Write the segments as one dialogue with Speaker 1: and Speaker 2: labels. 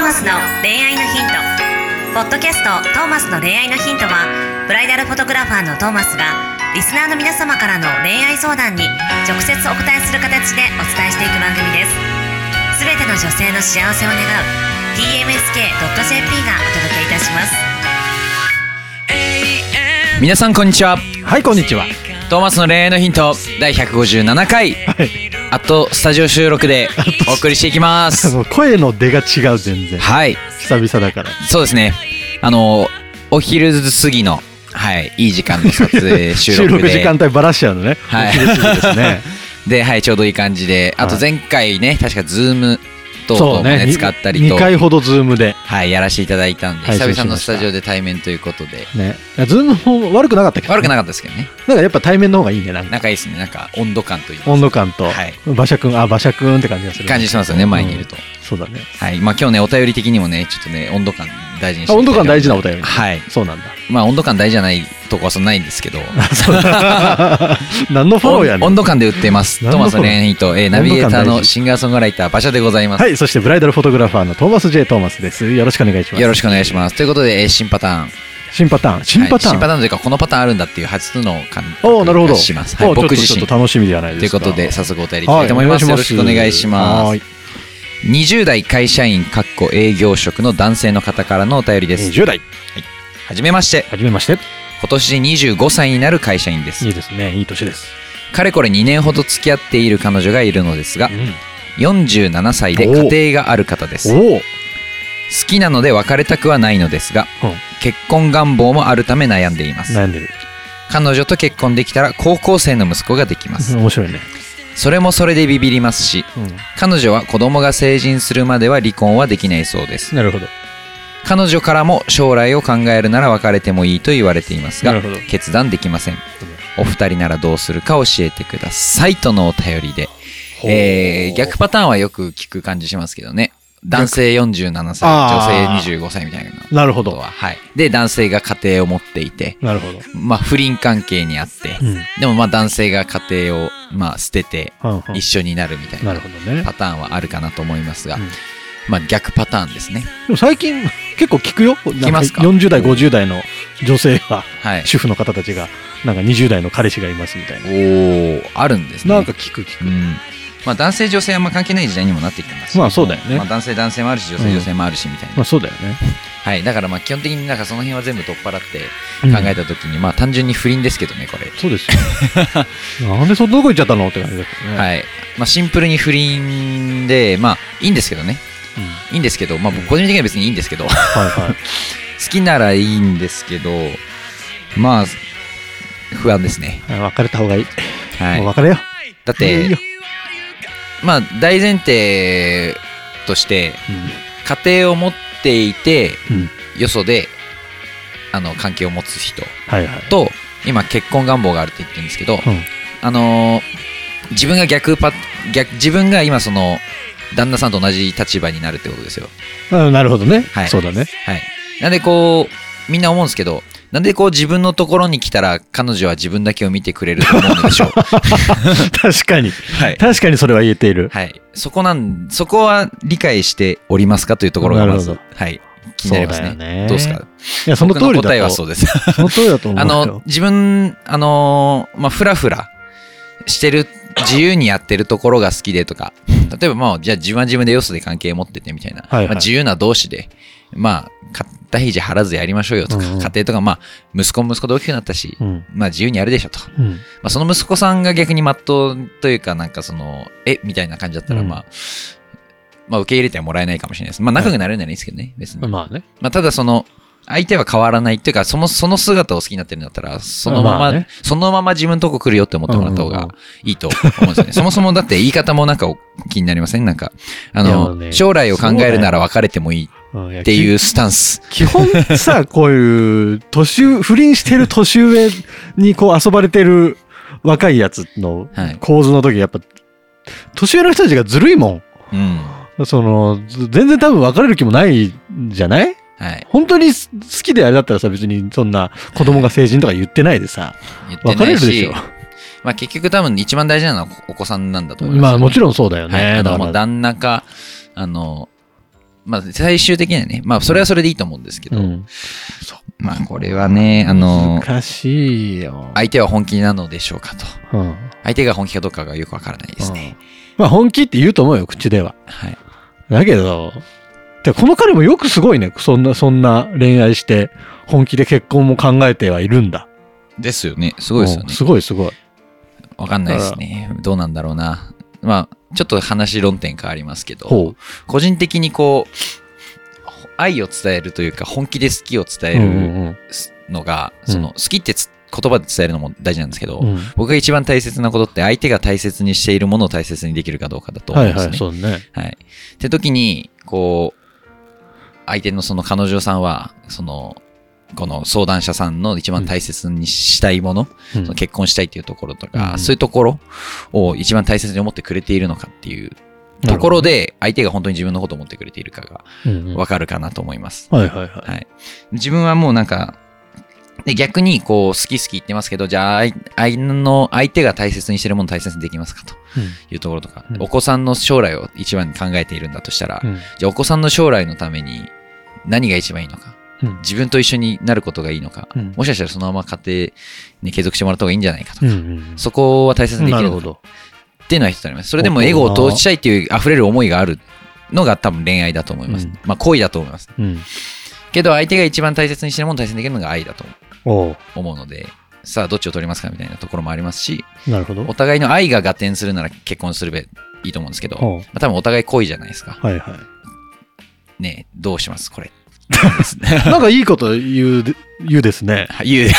Speaker 1: マスの恋愛のヒント」ポッドキャスト「トーマスの恋愛のヒントは」ブライダルフォトグラファーのトーマスがリスナーの皆様からの恋愛相談に直接お答えする形でお伝えしていく番組ですすべての女性の幸せを願う tmsk.jp がお届けいたします
Speaker 2: 皆さんこんにちは
Speaker 3: はいこんにちは
Speaker 2: トーマスの恋愛のヒント第157回、あとスタジオ収録でお送りしていきま す
Speaker 3: もう声の出が違う全然
Speaker 2: はい
Speaker 3: 久々だから
Speaker 2: そうですねあのお昼過ぎのはいいい時間の撮影収
Speaker 3: 収
Speaker 2: 録
Speaker 3: 録
Speaker 2: で
Speaker 3: 時間帯ばらしちゃうのね
Speaker 2: はい
Speaker 3: お昼過ぎですね
Speaker 2: ではいちょうどいい感じであと
Speaker 3: はい
Speaker 2: 前回ね確かズーム等々もね
Speaker 3: に
Speaker 2: 使ったりと
Speaker 3: 2回ほどズームで
Speaker 2: はいやらせていただいたんで
Speaker 3: 配
Speaker 2: 久
Speaker 3: 信しました
Speaker 2: 々のスタジオで対面ということで
Speaker 3: ねズームも悪くなかったけど
Speaker 2: 悪くなか
Speaker 3: な
Speaker 2: ったですけどね
Speaker 3: なんかやっぱ対面の方がいいねなんか
Speaker 2: 仲いいですねなんか温度感という
Speaker 3: 温度感と
Speaker 2: はい
Speaker 3: 馬車くんあ馬車くんって感じがする
Speaker 2: 感じしますよね前にいると、
Speaker 3: そうだね
Speaker 2: はいまあ今日ねお便り的にもねちょっとね温度感大事にして
Speaker 3: あ温度感大
Speaker 2: 事
Speaker 3: 事なお便り
Speaker 2: はい
Speaker 3: そうなんだ
Speaker 2: まあ温度感大事じゃないとこはそんなないんですけど
Speaker 3: 何のフォローやねん
Speaker 2: 温度感で売ってますト
Speaker 3: 何の
Speaker 2: ー
Speaker 3: フォロー
Speaker 2: マス・レンヒート、えーナビゲーター
Speaker 3: 温度感
Speaker 2: の
Speaker 3: 大事
Speaker 2: シンガーソングライター馬車でございます、
Speaker 3: はいそしてブライダルフォトグラファーのトーマス J トーマスですよろしくお願いします
Speaker 2: よろしくお願いしますということで、えー新パターン
Speaker 3: 新パターン新パタ
Speaker 2: はい
Speaker 3: ーン
Speaker 2: 新パターンというかこのパターンあるんだっていう初の感覚
Speaker 3: おおなるほど。
Speaker 2: がします、はい
Speaker 3: おー
Speaker 2: 僕
Speaker 3: ちょっと
Speaker 2: 自身
Speaker 3: ちょっと楽しみではない
Speaker 2: とい
Speaker 3: で
Speaker 2: う
Speaker 3: すか。
Speaker 2: ことで早速お便りいきたいと思います,、よろしくお願いします
Speaker 3: はい
Speaker 2: 20代会社員かっこ営業職の男性の方からのお便りです
Speaker 3: 20代、
Speaker 2: はじめまして
Speaker 3: はじめまして。
Speaker 2: 今年25歳になる会社員です
Speaker 3: いいですね、いい年です。
Speaker 2: かれこれ2年ほど付き合っている彼女がいるのですが
Speaker 3: うん
Speaker 2: 47歳で家庭がある方です好
Speaker 3: おお、
Speaker 2: きなので別れたくはないのですが
Speaker 3: うん
Speaker 2: 結婚願望もあるため悩んでいます
Speaker 3: 悩んでる。
Speaker 2: 彼女と結婚できたら高校生の息子ができます
Speaker 3: 面白いね。
Speaker 2: それもそれでビビりますし
Speaker 3: うん
Speaker 2: 彼女は子供が成人するまでは離婚はできないそうです
Speaker 3: なるほど。
Speaker 2: 彼女からも将来を考えるなら別れてもいいと言われています
Speaker 3: な
Speaker 2: が
Speaker 3: るほど
Speaker 2: 決断できませんお二人ならどうするか教えてくださいとのお便りで
Speaker 3: ほう
Speaker 2: えー、逆パターンはよく聞く感じしますけどね。男性47歳、
Speaker 3: あー
Speaker 2: 女性25歳みたいな
Speaker 3: なるほ
Speaker 2: こと
Speaker 3: ど
Speaker 2: は。。はい。で、男性が家庭を持っていて、
Speaker 3: なるほど。
Speaker 2: まあ不倫関係にあって、
Speaker 3: うん。
Speaker 2: でもまあ男性が家庭を、まあ、捨てて
Speaker 3: はんはん
Speaker 2: 一緒になるみたい
Speaker 3: な
Speaker 2: な
Speaker 3: るほどね。
Speaker 2: パターンはあるかなと思いますが、
Speaker 3: うん
Speaker 2: まあ逆パターンですね。
Speaker 3: でも最近結構聞くよ。聞
Speaker 2: きますか
Speaker 3: 40代、50代の女性は、
Speaker 2: はい。
Speaker 3: 主婦の方たちが、なんか20代の彼氏がいますみたい
Speaker 2: お
Speaker 3: な。
Speaker 2: ー、あるんですね。
Speaker 3: なんか、聞く聞
Speaker 2: う
Speaker 3: く。
Speaker 2: ん。まあ男性女性はあんま関係ない時代にもなってきてますし
Speaker 3: まあそうだよね
Speaker 2: まあ男性男性もあるし、女性女性もあるしみたいな。
Speaker 3: まあそうだよね。
Speaker 2: はい。だからまあ基本的になんかその辺は全部取っ払って、
Speaker 3: うん
Speaker 2: 考えた時に、まあ単純に不倫ですけどねこれ、
Speaker 3: そうですよ。なんでそんなとこ行っちゃったのって感じだけどね。い。
Speaker 2: はいまあ、シンプルに不倫でまあいいんですけどねいいんですけど、まあ、僕個人的には別にいいんですけど 好
Speaker 3: はいはい。
Speaker 2: きならいいんですけどまあ不安です ね、
Speaker 3: あ別れた方がいい。
Speaker 2: は
Speaker 3: もう
Speaker 2: い、
Speaker 3: 別れよ
Speaker 2: だっ
Speaker 3: う。いい
Speaker 2: て
Speaker 3: よ。
Speaker 2: まあ大前提として家庭を持っていて
Speaker 3: うん。
Speaker 2: よそであの関係を持つ人
Speaker 3: はいはい。
Speaker 2: と今結婚願望があるって言ってるんですけど、
Speaker 3: うん。
Speaker 2: あのー自分が逆パ逆自分が今その旦那さんと同じ立場になるってことですよ
Speaker 3: あなるほどね、
Speaker 2: はい
Speaker 3: そう だね。
Speaker 2: はいなんでこうみんな思うんですけどなんでこう自分のところに来たら彼女は自分だけを見てくれると思うのでしょう
Speaker 3: 確かに。
Speaker 2: はい、
Speaker 3: 確かにそ れは言えている。
Speaker 2: はい、そこなんそこは理解しておりますかというところがまず
Speaker 3: なる
Speaker 2: はい気になりますね
Speaker 3: そうだよね
Speaker 2: どうですか
Speaker 3: いや、その通り
Speaker 2: 僕
Speaker 3: だと。
Speaker 2: 答えはそう
Speaker 3: う。
Speaker 2: です
Speaker 3: その通りだと思
Speaker 2: あ
Speaker 3: うよ。
Speaker 2: の、自分、あのーまあ、ふらふらしてる、自由にやってるところが好きでとか、例えば、まあ、じゃあ自分は自分でよそで関係持っててみたいな、
Speaker 3: はいはい
Speaker 2: まあ、自由な同士で、まあ、肩肘張らずやりましょうよとか、
Speaker 3: うんうん
Speaker 2: 家庭とか、まあ、息子も息子で大きくなったし、
Speaker 3: うん。
Speaker 2: まあ、自由にやるでしょと。
Speaker 3: うん。
Speaker 2: まあ、その息子さんが逆にまっとうというか、なんかその、えみたいな感じだったら、
Speaker 3: うん
Speaker 2: まあ、まあ、受け入れてはもらえないかもしれないです。まあ、仲良くなれるならいいですけどね、別に。
Speaker 3: まあね。
Speaker 2: まあ、ただその、相手は変わらないっていうか、その、その姿を好きになってるんだったら、そのまま、
Speaker 3: まあね
Speaker 2: そのまま自分のとこ来るよって思ってもらった方
Speaker 3: うんうん
Speaker 2: が
Speaker 3: うん
Speaker 2: いいと思うんですよ ね。そもそもだって言い方もなんかお気になりませんなんか、あ
Speaker 3: いやも
Speaker 2: の、
Speaker 3: うね
Speaker 2: 将来を考えるなら別れてもいい
Speaker 3: うんや。
Speaker 2: っていううスタンス。
Speaker 3: き基本さ、こういう、年上、不倫してる年上にこう遊ばれてる若いやつの
Speaker 2: はい。
Speaker 3: 構図の時、やっぱ、年上の人たちがずるいも
Speaker 2: うん。
Speaker 3: ん。その、ず全然多分別れる気もないんじゃない
Speaker 2: はい。
Speaker 3: 本当にす好きであれだったらさ、別にそんな子供が成人とか言ってないでさ、
Speaker 2: 言って
Speaker 3: 別
Speaker 2: な
Speaker 3: れ
Speaker 2: い
Speaker 3: るでし
Speaker 2: し
Speaker 3: ょ。。
Speaker 2: まあ結局多分一番大事なのはお子さんなんだと思います。
Speaker 3: まあもちろんそうだよ
Speaker 2: はい。
Speaker 3: ね。
Speaker 2: あ
Speaker 3: だ
Speaker 2: の、
Speaker 3: か
Speaker 2: もう
Speaker 3: ら
Speaker 2: 旦那か、あの、まあ、最終的にはね、まあ、それはそれでいいと思うんですけど、
Speaker 3: うん、
Speaker 2: まあ、これはね、あの、
Speaker 3: 難しいよ。
Speaker 2: 相手は本気なのでしょうかと。
Speaker 3: うん
Speaker 2: 相手が本気かどうかがよくわからないですね。
Speaker 3: まあ本気って言うと思うよ、口では。
Speaker 2: はい。
Speaker 3: だけど、てかこの彼もよくすごいね。そんな、そんな恋愛して、本気で結婚も考えてはいるんだ。
Speaker 2: ですよね。すごいですよ
Speaker 3: うん
Speaker 2: ね。
Speaker 3: すごいすごい。
Speaker 2: わかんないですね。どうなんだろうな。まあ、ちょっと話論点変わりますけど、
Speaker 3: ほ
Speaker 2: 個人的にこう、愛を伝えるというか、本気で好きを伝
Speaker 3: う。
Speaker 2: え
Speaker 3: うん
Speaker 2: る
Speaker 3: うん
Speaker 2: のが、
Speaker 3: うん
Speaker 2: その、好きってつ言葉で伝えるのも大事なんですけど、
Speaker 3: うんうん
Speaker 2: 僕が一番大切なことって、相手が大切にしているものを大切にできるかどうかだと思
Speaker 3: は
Speaker 2: うん
Speaker 3: い
Speaker 2: ですね。
Speaker 3: はい、そうね。
Speaker 2: はい。って時に、こう、相手のその彼女さんは、その、この相談者さんの一番大切にしたいもの、
Speaker 3: うん
Speaker 2: その結婚したいっていうところとか、
Speaker 3: うん
Speaker 2: そういうところを一番大切に思ってくれているのかっていうところで、相手が本当に自分のことを思ってくれているかが
Speaker 3: うんうん
Speaker 2: わかるかなと思います。
Speaker 3: はいはいは
Speaker 2: はい。自分はもうなんか、で逆にこう好き好き言ってますけど、じゃあ、あいあいの相手が大切にしてるものを大切にできますかと
Speaker 3: い。
Speaker 2: いうところとか、
Speaker 3: うん
Speaker 2: お子さんの将来を一番に考えているんだとしたら、
Speaker 3: うんうん
Speaker 2: じゃあお子さんの将来のために何が一番いいのか、
Speaker 3: うん
Speaker 2: 自分と一緒になることがいいのか、
Speaker 3: うん
Speaker 2: もしかしたらそのまま家庭に継続してもらった方がいいんじゃないかと
Speaker 3: う
Speaker 2: か、
Speaker 3: んうん
Speaker 2: そこは大切にでき
Speaker 3: な
Speaker 2: る
Speaker 3: る
Speaker 2: の
Speaker 3: ほ
Speaker 2: か
Speaker 3: ど。
Speaker 2: っていうのは一つあります。それでもエゴを通したいっていう溢れる思いがあるのが多分恋愛だと思います。
Speaker 3: うん
Speaker 2: まあ恋だと思います。
Speaker 3: うん。
Speaker 2: けど相手が一番大切にしてるものを大切にできるのが愛だと
Speaker 3: おう
Speaker 2: 思うので、さあどっちを取りますかみたいなところもありますし、
Speaker 3: なるほど。
Speaker 2: お互いの愛が合点するなら結婚するべいいと思うんですけど、ま
Speaker 3: おう
Speaker 2: あ多分お互い恋じゃないですか。
Speaker 3: はいはい。
Speaker 2: ねえどうしますこ れ。
Speaker 3: なんかいいこと言うで、言うですね。
Speaker 2: はい言う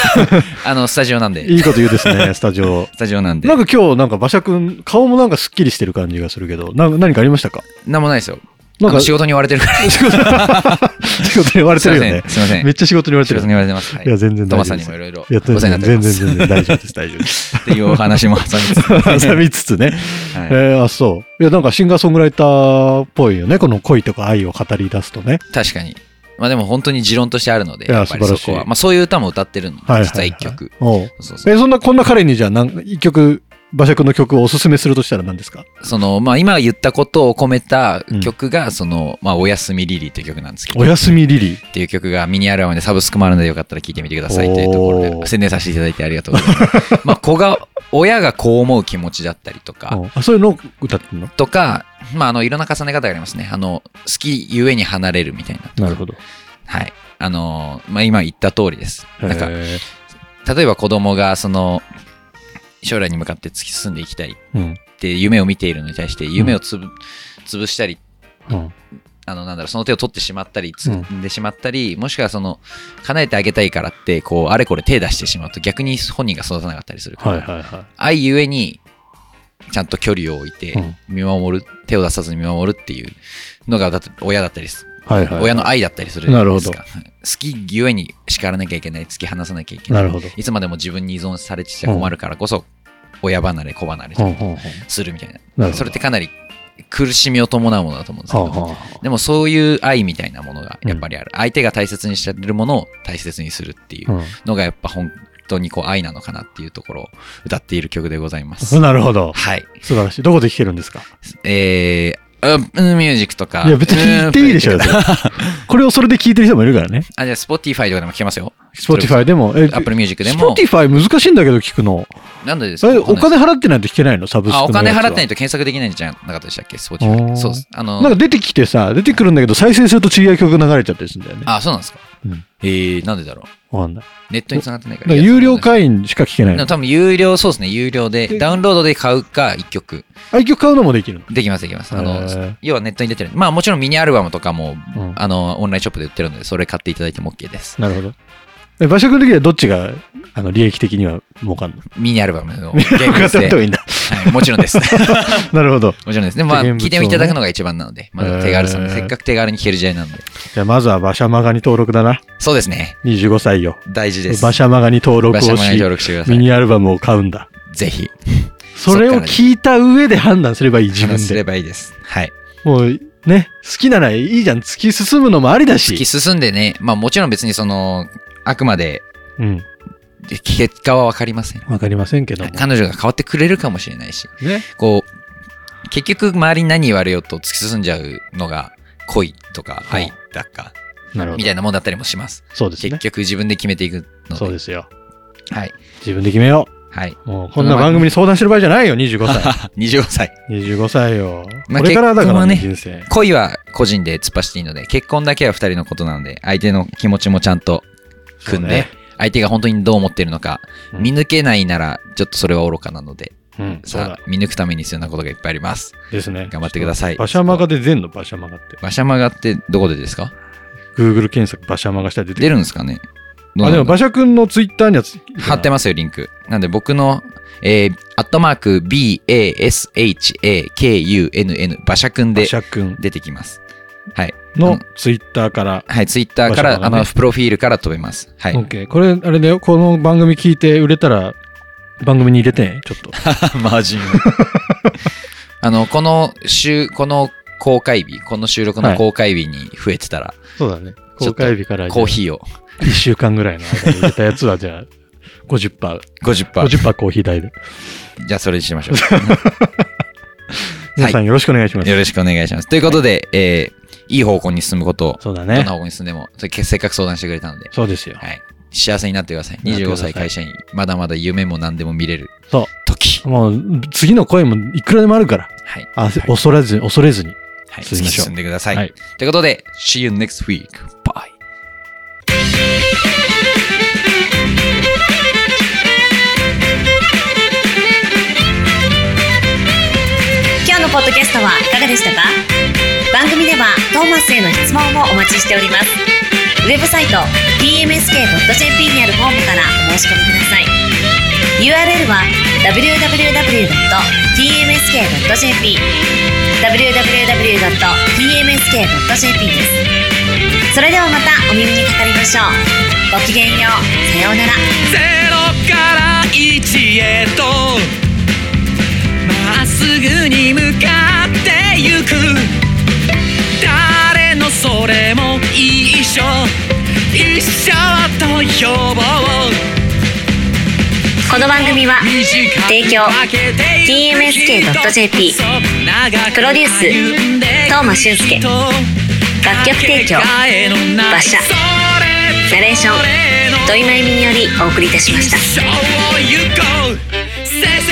Speaker 2: あの、スタジオなんで。
Speaker 3: いいこと言うです ね、スタジオ。
Speaker 2: スタジオなんで
Speaker 3: な。んか今日、なんか馬車くん、顔もなんかスッキリしてる感じがするけど、な何かありましたか
Speaker 2: なんもないですよ。
Speaker 3: なん
Speaker 2: あの
Speaker 3: か
Speaker 2: 仕事に追われてるから。
Speaker 3: 仕事仕事に言われてるよね。
Speaker 2: すいません。すいません
Speaker 3: めっちゃ仕事に言われ
Speaker 2: 仕
Speaker 3: て
Speaker 2: 事
Speaker 3: る
Speaker 2: に。言われてます。はい
Speaker 3: いや、全然
Speaker 2: ト
Speaker 3: 大
Speaker 2: マ
Speaker 3: 丈
Speaker 2: さ
Speaker 3: 夫
Speaker 2: んに
Speaker 3: です
Speaker 2: もい。ろいろお
Speaker 3: い
Speaker 2: 世
Speaker 3: や、全
Speaker 2: 話にな
Speaker 3: 然、
Speaker 2: っており
Speaker 3: 全然、
Speaker 2: ます。
Speaker 3: 全然大丈夫です、大丈夫です。
Speaker 2: っていうお話も挟みつつ
Speaker 3: 挟みつつね。え
Speaker 2: はい
Speaker 3: ーあ、そう。いや、なんかシンガーソングライターっぽいよね。この恋とか愛を語り出すとね。
Speaker 2: 確かに。まあでも本当に持論としてあるので、
Speaker 3: いや
Speaker 2: やっぱりそ
Speaker 3: 素晴
Speaker 2: こ
Speaker 3: らし
Speaker 2: は。
Speaker 3: い
Speaker 2: まあそういう歌も歌ってるの
Speaker 3: はいはい、はい。
Speaker 2: 実は一曲。
Speaker 3: おう
Speaker 2: そうそう
Speaker 3: え、そんな、こんな彼にじゃあ、なん一曲、馬車くんの曲をおすすめするとしたら何ですか
Speaker 2: その、まあ今言ったことを込めた曲が、その、まあおやすみリリーっていう曲なんですけど、
Speaker 3: お
Speaker 2: っ
Speaker 3: やすみリリー。
Speaker 2: ていう曲がミニアルバムでサブスクもあるのでよかったら聴いてみてくださいというところ
Speaker 3: お
Speaker 2: で、
Speaker 3: ー
Speaker 2: 宣伝させていただいてありがとうございます。 まあ子が、親がこう思う気持ちだったりとか、
Speaker 3: おうあ、そういうのを歌ってんの
Speaker 2: とか、まあ、あの、いろんな重ね方がありますね。あの、好きゆえに離れるみたいなとか。
Speaker 3: なるほど。
Speaker 2: はい。あの、まあ、今言った通りです。なんか、
Speaker 3: へ
Speaker 2: 例えば子供が、その、将来に向かって突き進んでいきたいっ
Speaker 3: ーうん。
Speaker 2: て夢を見ているのに対して、夢をつぶ、潰したり、
Speaker 3: うん。
Speaker 2: あの、なんだろう、その手を取ってしまったり、つ
Speaker 3: うん
Speaker 2: んでしまったり、もしくはその、叶えてあげたいからって、こう、あれこれ手出してしまうと、逆に本人が育たなかったりするから、
Speaker 3: はいはいは
Speaker 2: 愛ゆえに、ちゃんと距離を置いて
Speaker 3: うん、
Speaker 2: 見守る、手を出さずに見守るっていうのが、だって親だったりす
Speaker 3: い。はいはい。
Speaker 2: 親の
Speaker 3: 愛。
Speaker 2: 愛だったりするじゃいですか
Speaker 3: な
Speaker 2: はい好きゆえに叱らなきゃいけない、突き放さなきゃいけな。
Speaker 3: ないるほど。
Speaker 2: いつまでも自分に依存されちゃ困るからこそ、親離れ、子離れ
Speaker 3: ほんほんほん
Speaker 2: するみたい
Speaker 3: なる
Speaker 2: な。
Speaker 3: ほど
Speaker 2: それってかなり苦しみを伴うものだと思うんですけ
Speaker 3: はあ
Speaker 2: ど、
Speaker 3: は
Speaker 2: でもそういう愛みたいなものがやっぱりある。相手が大切にしてるものを大切にするってい
Speaker 3: あ
Speaker 2: うのがやっぱ本当にこう愛なのかなっていうところを歌っている曲でございま
Speaker 3: う
Speaker 2: す
Speaker 3: ん。。なるほど。
Speaker 2: はい。
Speaker 3: 素晴らしい。どこで聴けるんですか
Speaker 2: えー、うんミュージックとか。
Speaker 3: いや、別に聞いていいでしょ、
Speaker 2: うん
Speaker 3: 別にこれをそれで聞いてる人もいるから ね。
Speaker 2: あ、じゃあ Spotify とかでも聴けますよ。
Speaker 3: Spotify でも、え、
Speaker 2: Apple Music でも。
Speaker 3: Spotify 難しいんだけど聞くの。
Speaker 2: なんでです
Speaker 3: え、
Speaker 2: か
Speaker 3: お金払ってないと聞けないのサブスクの
Speaker 2: あ、お金払ってない
Speaker 3: い。
Speaker 2: と検索できないんじゃなかったでしたっけ
Speaker 3: お
Speaker 2: ?Spotify。
Speaker 3: ー
Speaker 2: そうです。あの
Speaker 3: なんか、出てきてさ、出てくるんだけど、再生すると違う曲流れちゃったりするんだよね。
Speaker 2: あ、そうなんですか
Speaker 3: うん。
Speaker 2: えー、なんでだろ
Speaker 3: わかんない。
Speaker 2: う。ネットに繋がってないか。
Speaker 3: だからら有料
Speaker 2: い
Speaker 3: 会員しか聞けな
Speaker 2: や。
Speaker 3: い
Speaker 2: で
Speaker 3: の
Speaker 2: も。多分有料、そうですね、有料で、
Speaker 3: で
Speaker 2: ダウンロードで買うか、1曲。
Speaker 3: あ、一曲買うのもできるの。
Speaker 2: できます、できます。あ
Speaker 3: へ
Speaker 2: の
Speaker 3: ー、
Speaker 2: 要はネットに出てる。まあもちろんミニアルバムとかも、
Speaker 3: うん
Speaker 2: あの、オンラインショップで売ってるので、それ買っていただいても OK です。
Speaker 3: なるほど。え馬車君的にはどっちが、あの、利益的には儲かんの
Speaker 2: ミニアルバム の現物
Speaker 3: 買った
Speaker 2: で
Speaker 3: 方。がいいんだ。
Speaker 2: はい、もちろ んです。
Speaker 3: なるほど。
Speaker 2: もちろんですね。まあ、
Speaker 3: じゃあ現物をね
Speaker 2: 聞いていただくのが一番なので、まあ、手軽さも、
Speaker 3: へー
Speaker 2: せっかく手軽に聞ける時代なので。
Speaker 3: じゃあ、まずは馬車マガに登録だな。
Speaker 2: そうですね。
Speaker 3: 25歳よ。
Speaker 2: 大事です。
Speaker 3: 馬車マガに登録
Speaker 2: 馬
Speaker 3: を
Speaker 2: 車もね
Speaker 3: し
Speaker 2: 登、録してくださ
Speaker 3: ミ
Speaker 2: い。
Speaker 3: ニアルバムを買うんだ。
Speaker 2: ぜひ、
Speaker 3: それを聞いた上で判断すればいい、自分
Speaker 2: 話すれ
Speaker 3: で。
Speaker 2: ばいいです。はい。
Speaker 3: もう、ね、好きならいいじゃん。突き進むのもありだ
Speaker 2: 突き
Speaker 3: し。
Speaker 2: 進んでね、まあもちろん別にその、あくまで
Speaker 3: うん。
Speaker 2: 結果はわかりません。
Speaker 3: わかりませんけども。
Speaker 2: 彼女が変わってくれるかもしれないし、
Speaker 3: ね。
Speaker 2: こう、結局周りに何言われようと突き進んじゃうのが、恋とか
Speaker 3: はい
Speaker 2: 愛だか、
Speaker 3: なるほ
Speaker 2: み
Speaker 3: ど
Speaker 2: た。いなもんだったりもします。
Speaker 3: そうです
Speaker 2: 結
Speaker 3: ね。
Speaker 2: 局自分で決めていくので。
Speaker 3: そうですよ。
Speaker 2: はい。
Speaker 3: 自分で決めよ
Speaker 2: はい。
Speaker 3: う。もうこんな番組に相談してる場合じゃないよ、25歳。
Speaker 2: 25歳。
Speaker 3: 25歳よ。
Speaker 2: まあ
Speaker 3: これからだからね、
Speaker 2: 結婚
Speaker 3: 人生。
Speaker 2: 恋は個人で突っ走っていいので、結婚だけは二人のことなので、相手の気持ちもちゃんと組んで、相手が本当にどう思ってるのか、
Speaker 3: うん
Speaker 2: 見抜けないなら、ちょっとそれは愚かなので、
Speaker 3: そうね。うん、そう
Speaker 2: さ
Speaker 3: だ。
Speaker 2: あ、見抜くために必要なことがいっぱいあります。
Speaker 3: ですね。
Speaker 2: 頑張ってください。
Speaker 3: バシャマガで全のバシャマガって。
Speaker 2: 馬車マガってどこでですか
Speaker 3: Google 検索バシャマガしたら出てく
Speaker 2: 出
Speaker 3: る。
Speaker 2: るんですかねどう
Speaker 3: あ、
Speaker 2: なんだ
Speaker 3: で
Speaker 2: ろ
Speaker 3: も
Speaker 2: う
Speaker 3: バシャ君のツイッターにはつ
Speaker 2: 貼ってますよ、リンク。なんで僕の、えー、アットマーク、BASHAKUNN、馬車くん
Speaker 3: バ
Speaker 2: で
Speaker 3: シャ君
Speaker 2: 出てきます。はい。
Speaker 3: のツイッターから。
Speaker 2: はい、ツイッターか
Speaker 3: 馬車
Speaker 2: ら、
Speaker 3: マ
Speaker 2: あ
Speaker 3: ガね
Speaker 2: の、プロフィールから飛べます。はい。
Speaker 3: OK。これ、あれだよ。この番組聞いて売れたら、番組に入れてね、ちょっ と。
Speaker 2: マージンをあの、この週、この公開日、この収録の公開日に増えてたら、
Speaker 3: そうだね。
Speaker 2: ちょっと
Speaker 3: 公開日から
Speaker 2: コーヒーを
Speaker 3: 1週間ぐらいの間に入れたやつは、じゃ あ、50%、
Speaker 2: 50%。
Speaker 3: 50%コーヒー代で。
Speaker 2: じゃあ、それにしましょ
Speaker 3: 皆さんよろしくお願いしま
Speaker 2: う。
Speaker 3: す。
Speaker 2: よろしくお願いします。ということで、えーいい方向に進むことを、
Speaker 3: そうだ
Speaker 2: どん
Speaker 3: ね
Speaker 2: な。方向に進んでも、それせっかく相談してくれたので、
Speaker 3: そうですよ。
Speaker 2: はい。幸せになってください。
Speaker 3: なってく
Speaker 2: 25
Speaker 3: ださい
Speaker 2: 歳会社員、まだまだ夢も何でも見れる
Speaker 3: そ
Speaker 2: 時
Speaker 3: う。。もう、次の声もいくらでもあるから。
Speaker 2: はい。
Speaker 3: あ恐れずに、恐れずに。
Speaker 2: はい、
Speaker 3: 進み
Speaker 2: 突
Speaker 3: ま
Speaker 2: き
Speaker 3: しょう
Speaker 2: 進んでください。
Speaker 3: はい
Speaker 2: ということで、See you next week. Bye.
Speaker 1: Podcast 今日のポッドキャストはいかがでしたか番組ではトーマスへの質問もお待ちしておりますウェブサイト tmsk.jp にあるフォームからお申し込みください URL は www.tmsk.jp www.tmsk.jp ですそれではまたお耳にかかりましょうごきげんようさようなら
Speaker 4: ゼロから一へとまっすぐに向かってゆく誰のそれも一緒一緒と呼ぼう
Speaker 1: この番組は提供 TMSK.jp プロデュース東間俊介楽曲提供馬車ナレーション土井真由美によりお送りいたしました
Speaker 4: 一生を行こう背